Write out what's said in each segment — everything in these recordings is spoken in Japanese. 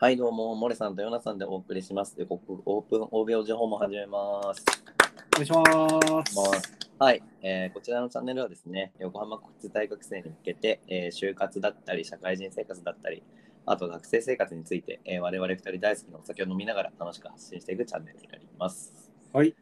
はい、どうも、モレさんとヨナさんでお送りします。で、ここオープン大病情報も始めます。お願いします。まあはい、えーこちらのチャンネルはですね、横浜国立大学生に向けて、えー就活だったり、社会人生活だったり、あと学生生活について、えー我々2人大好きなお酒を飲みながら楽しく発信していくチャンネルになります。はい。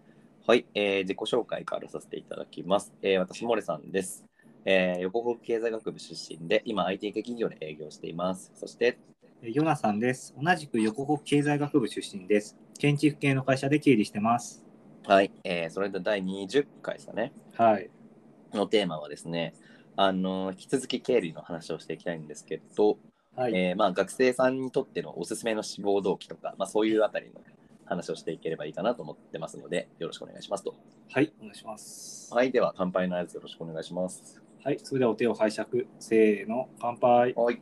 はい、えー自己紹介からさせていただきます。えー私、モレさんです。えー横浜経済学部出身で、今 IT 系企業で営業しています。そして、えヨナさんです。同じく横国経済学部出身です。建築系の会社で経理してます。はい、えーそれで第20回ですかね。はい。のテーマはですねあの引き続き経理の話をしていきたいんですけど、はい。えーまあ、学生さんにとってのおすすめの志望動機とか、まあ、そういうあたりの話をしていければいいかなと思ってますのでよろしくお願いしますと。はい。お願いします。はい、では乾杯の合図よろしくお願いします。はい。それではお手を拝借。せーの、乾杯。はい、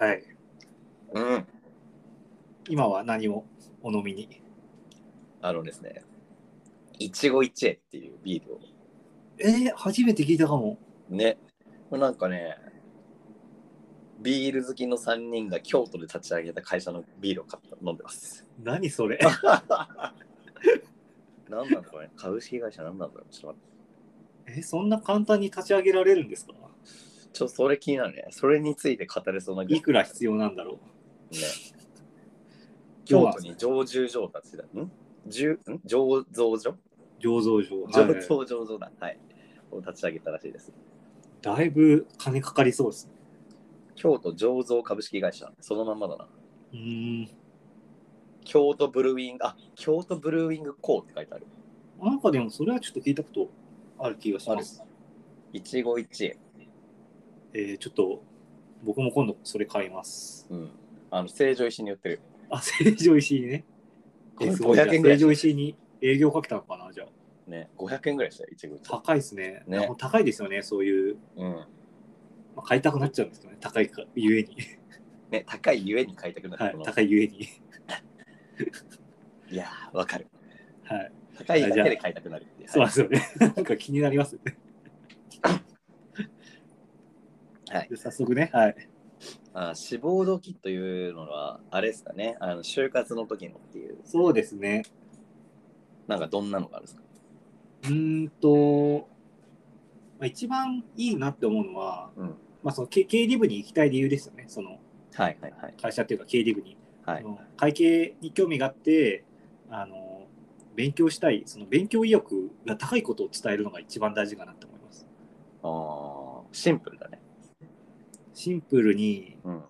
はい。うん、今は何をお飲みにあのですねいちご一会っていうビールをえー、初めて聞いたかも。ねこれなんかねビール好きの3人が京都で立ち上げた会社のビールを買った飲んでます。何それ何なんだこれ株式会社何なんだろうちょっと待ってえ、そんな簡単に立ち上げられるんですかちょっとそれ気になるね。それについて語れそうなぐらいくら必要なんだろうね。京都に上住上達だ。ん住ん醸造所醸造所。は醸い、造醸造だ。はい。を立ち上げたらしいです。だいぶ金かかりそうですね。京都醸造株式会社。そのまんまだな。うーん。京都ブルーイング、あ、京都ブルーイングコーって書いてある。なんかでもそれはちょっと聞いたことある気がします。一期一会。えー、ちょっと僕も今度それ買います。うん。あの、成城石井に売ってる。あ、 成城石井ね。これえすごい。じゃあ500円ぐらい成城石井に営業かけたのかなじゃあ。ね。500円ぐらいしたよ、一期一会。高いですね。ねでも高いですよね、そういう。うん。まあ、買いたくなっちゃうんですけどね、高いか、ゆえに。ね、高いゆえに買いたくなる。はいこ、の高いゆえに。いやー、わかる。はい。高いだけで買いたくなるっていう。そうはなんですよね。 なんか気になりますね。はいで早速ね、はい。あ志望動機というのは、あれですかね、あの就活の時のっていう、そうですね。なんかどんなのがあるんですかうーんと、まあ、一番いいなって思うのは、うんまあ、その経経理部に行きたい理由ですよね、そのはいはいはい。会社っていうか経理部に。はあい、の会計に興味があってあの、勉強したい、その勉強意欲が高いことを伝えるのが一番大事かなと思います。あーシンプルだね。シンプルにうん。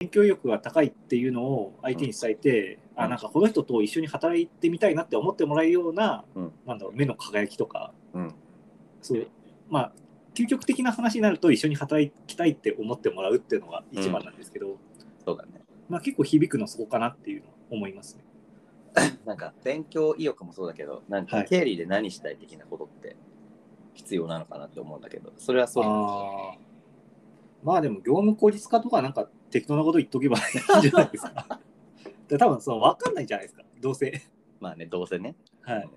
勉強意欲が高いっていうのを相手に伝えて、うんあなんかこの人と一緒に働いてみたいなって思ってもらえるような,、うんなんだろう目の輝きとかうん。そういうまあ究極的な話になると一緒に働きたいって思ってもらうっていうのが一番なんですけど、そうだね。まあ、結構響くのそこかなっていうのは思いますね。なんか勉強意欲もそうだけど、なんはかい経理で何したい的なことって必要なのかなって思うんだけど、それはそうだねあーまあでも業務効率化とかなんか適当なこと言っとけばいいんじゃない ですか。で多分その分かんないじゃないですかどうせ。まあね、どうせね。はい、だか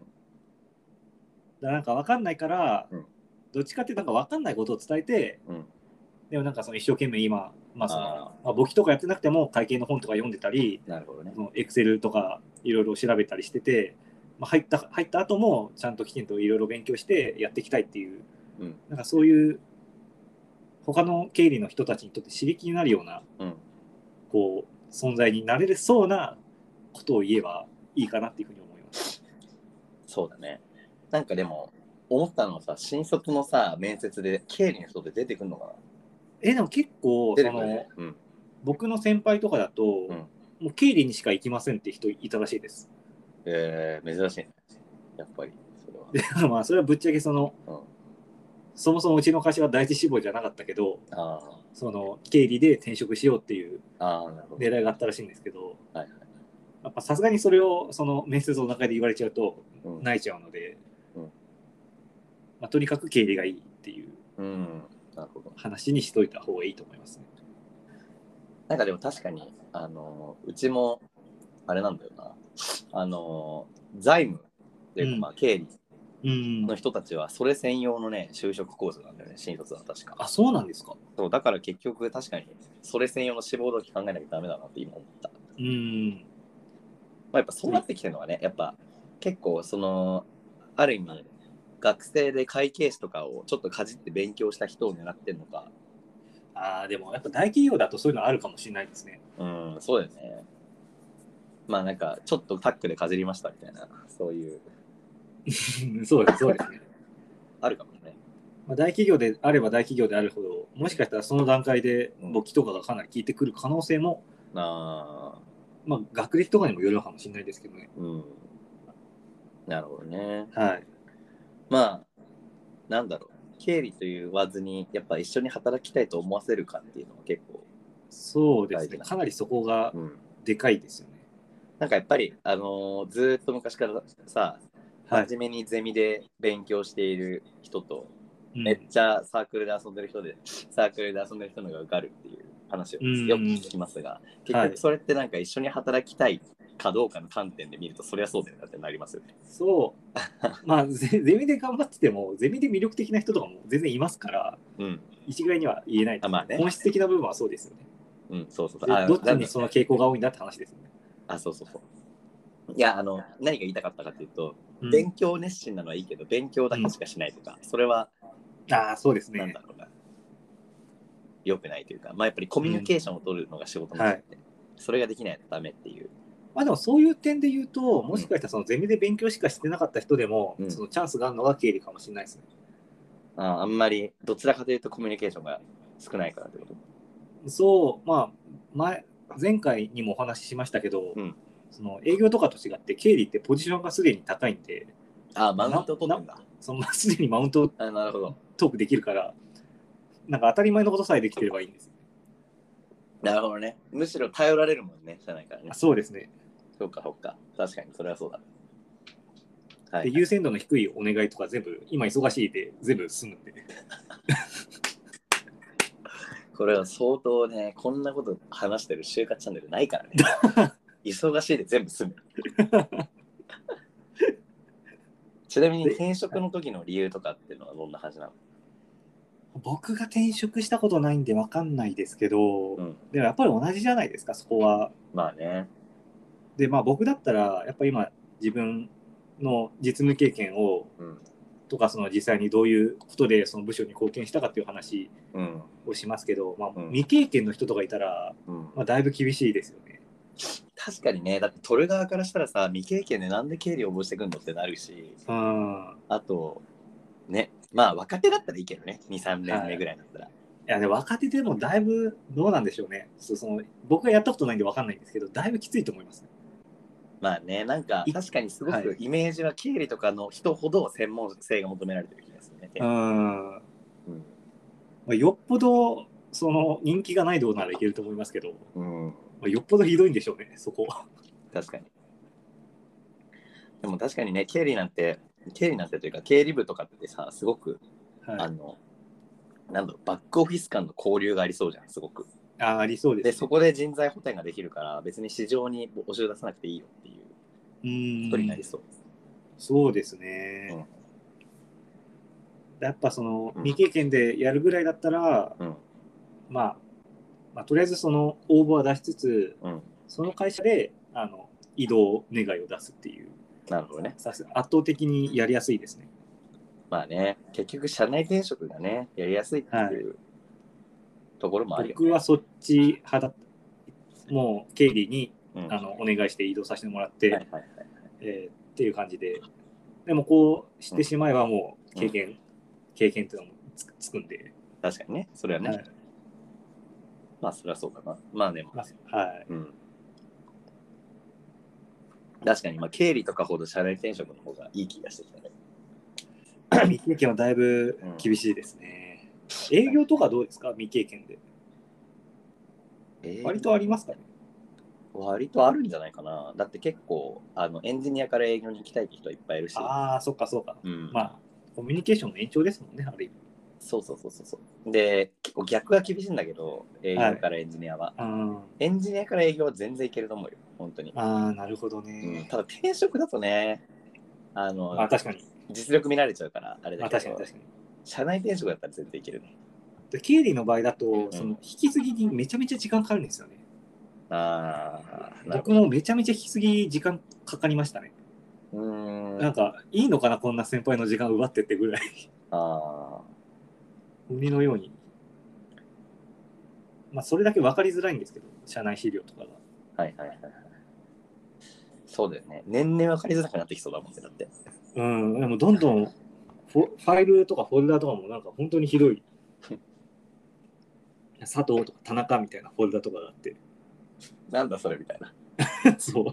らなんか分かんないから、うんどっちかっていうとなんか分かんないことを伝えてうん。でもなんかその一生懸命今、まあそのあまあ、簿記とかやってなくても会計の本とか読んでたりなるほどね。エクセルとかいろいろ調べたりしてて、まあ、入った入った後もちゃんときちんといろいろ勉強してやっていきたいっていううん。なんかそういう他の経理の人たちにとって刺激になるようなうん。こう存在になれそうなことを言えばいいかなっていうふうに思います。そうだね。なんかでも、思ったのはさ、新卒のさ、面接で経理の人って出てくるのかなえでも結構出そてくるのね。うん。僕の先輩とかだと、うんもう経理にしか行きませんって人いたらしいです。 えー、珍しいね。やっぱり、それは。でまあそれはぶっちゃけそのうん、そもそもうちの会社は第一志望じゃなかったけど あその経理で転職しようっていうあ、ああ、なるほど。狙いがあったらしいんですけどはいはいやっぱさすがにそれをその面接の中で言われちゃうとうん泣いちゃうので、うんまあ、とにかく経理がいいっていううん、なるほど。話にしといた方がいいと思いますね。なんかでも確かに、あのーうちも、あれなんだよな。あのー財務っていうか、うんまあ、経理うんの人たちはそれ専用のね就職コースなんだよね新卒は確かあ、そうなんですか。そうだから結局確かにそれ専用の志望動機考えなきゃダメだなって今思った、まうん。あ、やっぱそうなってきてるのはねやっぱ結構そのある意味学生で会計士とかをちょっとかじって勉強した人を狙ってるのかああ、でもやっぱ大企業だとそういうのあるかもしれないですね。うんそうだよねまあなんかちょっとタックでかじりましたみたいなそういううんそうです、そうですね。あるかもね まあ、大企業であれば大企業であるほど、もしかしたらその段階でうん簿記とかがかなり効いてくる可能性も、ああまあ、学歴とかにもよるのかもしれないですけどね。うんなるほどねはい。まあなんだろう経理というわずにやっぱ一緒に働きたいと思わせるかっていうのは結構、そうです大事ね。なかなりそこがうん、でかいですよね。なんかやっぱりあのーずーっと昔からさはい。真面目にゼミで勉強している人と、うんめっちゃサークルで遊んでる人でサークルで遊んでる人の方が受かるっていう話をうんよく聞きますが、結はい局それってなんか一緒に働きたいかどうかの観点で見るとそりゃそうだよなってなりますよね。そう。 まあ、ゼゼミで頑張ってても、ゼミで魅力的な人とかも全然いますから、うん、一概には言えないですあまあね本質的な部分はそうですよね。うん、そうそうそう。でどっちなんにでその傾向が多いんだって話ですよね。あ、そうそうそう。いや、あの、何が言いたかったかっていうと、うん勉強熱心なのはいいけど、勉強だけしかしないとか、それは、ああ、そうですなんねだ。ろうな、良くないというか、まあやっぱりコミュニケーションを取るのが仕事なんで、それができないとダメっていう。まあでもそういう点で言うと、もしかしたらそのゼミで勉強しかしてなかった人でも、うんそのチャンスがあるのが経理かもしれないですね。ああんまり、どちらかというとコミュニケーションが少ないからってこと。そう、まあ、前前回にもお話ししましたけど、うんその営業とかと違って経理ってポジションがすでに高いんで、ああ、マウントを取ってんだ。その まあすでにマウントあなるほど。トークできるから、なんか当たり前のことさえできてればいいんです。なるほどね。むしろ頼られるもんね、じゃないからねあ。そうですね。そうか、そうか。確かに、それはそうだ。はで、い。優先度の低いお願いとか全部、今忙しいで全部済むんで。これは相当ね、こんなこと話してる就活チャンネルないからね。 忙しいで全部 済む。ちなみに転職の時の理由とかっていうのはどんな感じなの僕が転職したことないんで分かんないですけど、うんでもやっぱり同じじゃないですかそこは。まあね。でまあ僕だったらやっぱり今自分の実務経験をうん。とかその実際にどういうことでその部署に貢献したかっていう話うん。をしますけど、まあ、うん未経験の人とかいたら、うん、まあ、だいぶ厳しいですよね。確かにね、だって取る側からしたらさ、未経験でなんで経理応募してくんのってなるし、うんあと、ね、まあ若手だったらいいけどね、2、3年目ぐらいだったら。いやで若手でもだいぶどうなんでしょうねそうその僕がやったことないんで分かんないんですけどだいぶきついと思いますね。まあね、なんかい確かにすごはくイメージは経理とかの人ほど専門性が求められてる気がするね。うんまうんあ、よっぽどその人気がないどうならいけると思いますけど。うん、まあ、よっぽどひどいんでしょうね、そこ。確かに。でも確かにね、経理なんて、経理なんてというか、経理部とかってさ、すごく、あはの、なんだろう、バックオフィス間の交流がありそうじゃん、すごく。い、あありそうです、で、そこで人材補填ができるから、別に市場におしを出さなくていいよっていううことになりんそう。そうですね。やっぱそのうん未経験でやるぐらいだったら、うん、まあ、まあとりあえずその応募は出しつつ、うん、その会社であの移動願いを出すっていう、なるほどね。さす圧倒的にやりやすいですね。まあね、結局、社内転職がね、やりやすいっていう、ところもあるよ、ね。僕はそっち派だった。もう経理にうん、あのお願いして移動させてもらって、はいはいはい、えーっていう感じで、でもこうしてしまえばもう経験、経験っていうのもつつくんで、確かにね、それはね、はいまあ、それはそうかな。まあでも、まあはい、うん。確かに、まあ、経理とかほど社内転職の方がいい気がしてきたね。未経験はだいぶ厳しいですね。営業とかどうですか未経験で。割とありますかね。割とあるんじゃないかな。だって結構、あのエンジニアから営業に行きたいって人はいっぱいいるし、ああ、そっかそっか。うんまあ、コミュニケーションの延長ですもんね、ある意味。そうそうそうそうそう。で、結構逆が厳しいんだけど、営業からエンジニアは。あーエンジニアから営業は全然いけると思うよ、本当に。あー、なるほどうん、ね。ただ、転職だとね、あの、まあ確かに。実力見られちゃうから、あれまだあけ確かどに、確かに。社内転職だったら全然いけるね。で経理の場合だと、んその引き継ぎにめちゃめちゃ時間かかるんですよね。ああ、なるほ僕もめちゃめちゃ引き継ぎ時間かかりましたね。ど。うー。なんんかいいのかなこんな先輩の時間奪ってってぐらい あ鬼のように。まあそれだけ分かりづらいんですけど社内資料とかが。あ、はいはいはいはい。そうだよね。年々分かりづらくなってきそうだもんね、だって。うん、でもどんどんフォファイルとかフォルダとかもなんか本当にひどい。佐藤とか田中みたいなフォルダとかがあって、 なんだそれみたいな。そう。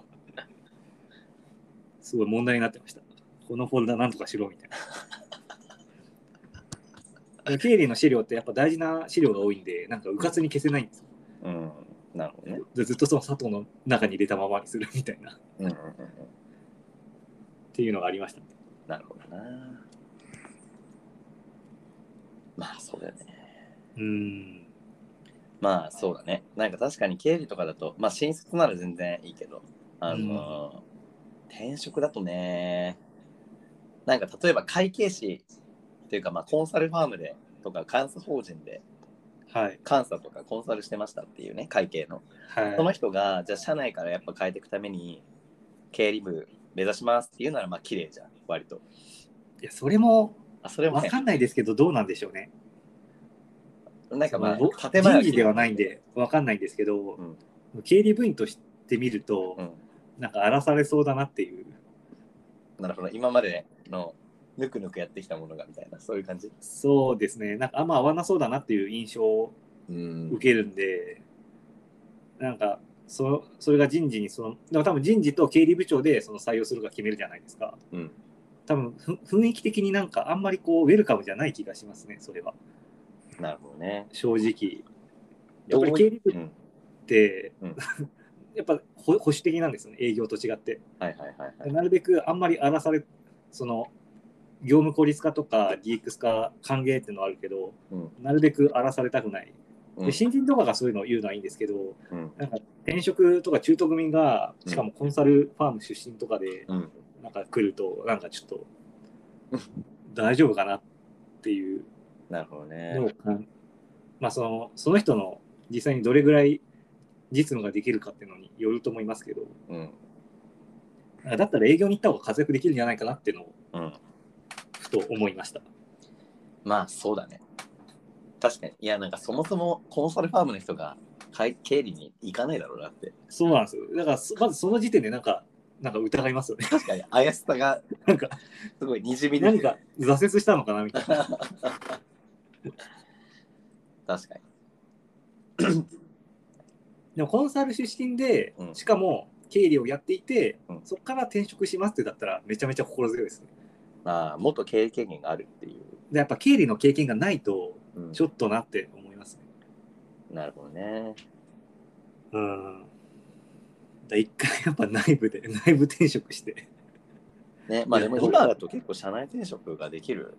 すごい問題になってました。このフォルダなんとかしろみたいな。経理の資料ってやっぱ大事な資料が多いんで、なんかうかつに消せないんですようん。なるほどね。でずっとその佐藤の中に入れたままにするみたいな、っ うんうんうんうん。ていうのがありましたね。なるほどな。まあそうだよね。うん。まあそうだね。なんか確かに経理とかだと、まあ新卒なら全然いいけど、あのー転職だとね、なんか例えば会計士っていうか、まあコンサルファームでとか、監査法人で、はい。監査とかコンサルしてましたっていうね、会計の。はい。その人が、じゃあ社内からやっぱ変えていくために、経理部目指しますっていうなら、まあ綺麗じゃん、割と。いや、それもあ、それも分ね、かんないですけど、どうなんでしょうね。なんかまそのあ、建前人事ではないんで分かんないんですけど、経理部員として見ると、うん。なんか荒らされそうだなっていうなるほど。今までの、ぬくぬくやってきたものがみたいな、そういう感じ。そうですねなんかあんま合わなそうだなっていう印象をうん受けるんで、なんかそそれが人事にそのでも多分人事と経理部長でその採用するか決めるじゃないですかうん、多分ふ雰囲気的になんかあんまりこうウェルカムじゃない気がしますねそれはなるほどね。正直やっぱり経理部うっん、て、うん やっぱ保保守的なんですよね営業と違って。はいはいはいはい。なるべくあんまり荒らされその業務効率化とか DX 化歓迎ってのはあるけどうんなるべく荒らされたくない、うんで新人とかがそういうのを言うのはいいんですけどうんなんか転職とか中途組がうんしかもコンサルファーム出身とかでうんなんか来るとなんかちょっとうん大丈夫かなっていうなるほどねの。を感、まあそのその人の実際にどれぐらい実務ができるかっていうのによると思いますけどうんなんかだったら営業に行った方が活躍できるんじゃないかなっていうのをうん、ふと思いました。まあそうだね。確かに。いやなんかそもそもコンサルファームの人が会経理に行かないだろうなって。そうなんですよ。だからそ、まずその時点でなんか、なんか疑い ますよね。確かに怪しさがなんか、すごいにじみ出て何る。か挫折したのかなみたいな。確かに。でも、コンサル出身でう、んしかも経理をやっていて、うんそこから転職しますってだったら、めちゃめちゃ心強いですね。まあ元経営経験があるっていう。で、やっぱ経理の経験がないと、うんちょっとなって思いますね。なるほどね。うん。だから一回やっぱ内部で、内部転職して。ねまあでもいや今だと結構社内転職ができる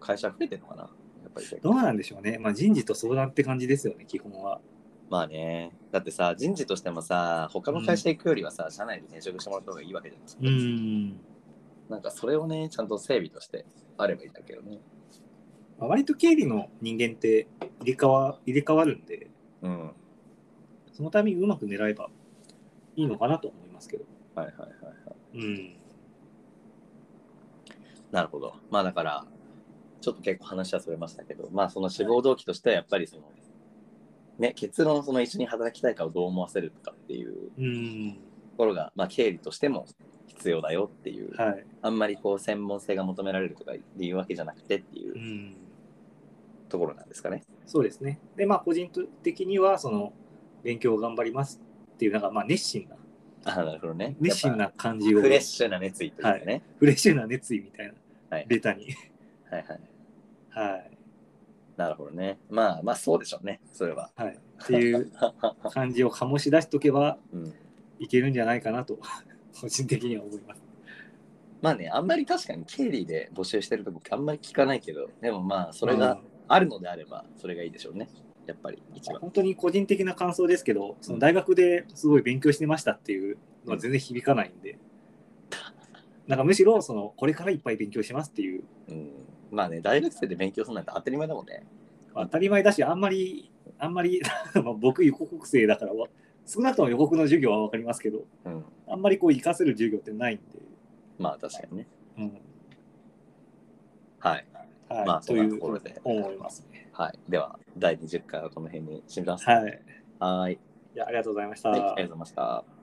会社増えてるのかな。やっぱりどうなんでしょうね。まあ人事と相談って感じですよね、基本は。まあね。だってさ、人事としてもさ、他の会社行くよりはさ、社内で転職してもらった方がいいわけじゃないですか。ん。なんかそれをね、ちゃんと整備としてあればいいんだけどね。まあ、割と経理の人間って入れ替わ入れ替わるんで、うん。はいそのタイミングうまく狙えばいいのかなと思いますけど。はいはいはい。うん。なるほど。まあだから、ちょっと結構話はそれましたけど、まあその志望動機としてはやっぱりその、ね、結論その一緒に働きたいかをどう思わせるかっていううん。ところが、まあ経理としても必要だよっていう、はい。。あんまりこう専門性が求められるとか理由わけじゃなくてっていううんところなんですかね。そうですね。で、まあ、個人的には、その、勉強を頑張りますっていう、なんか、まあ、熱心な、ああ、なるほどね。熱心な感じを、フレッシュな熱意というかね。フレッシュな熱意みたいはな、いベタに。はいはい。はい。なるほどね。まあまあそうでしょうね、それは。はい。って いう感じを醸し出しとけばうん、いけるんじゃないかなと、個人的には思います。まあね、あんまり確かに経理で募集してるとこあんまり聞かないけど、でもまあそれうがんあるのであれば、それがいいでしょうね。やっぱり一番。本当に個人的な感想ですけど、その大学ですごい勉強してましたっていうのは全然響かないんで、なんかむしろそのこれからいっぱい勉強しますっていううん、まあね、大学生で勉強するなんて当たり前だもんね。当たり前だしあんまりあんまり まあ僕予告生だからわ少なくとも予告の授業は分かりますけどうん、あんまりこう活かせる授業ってないんで、まあ確かにね。うんはい。はいまあそとんないうところで。思いますね。はい。では、第20回はこの辺にします。はい、はい。いやありがとうございました。はいありがとうございました。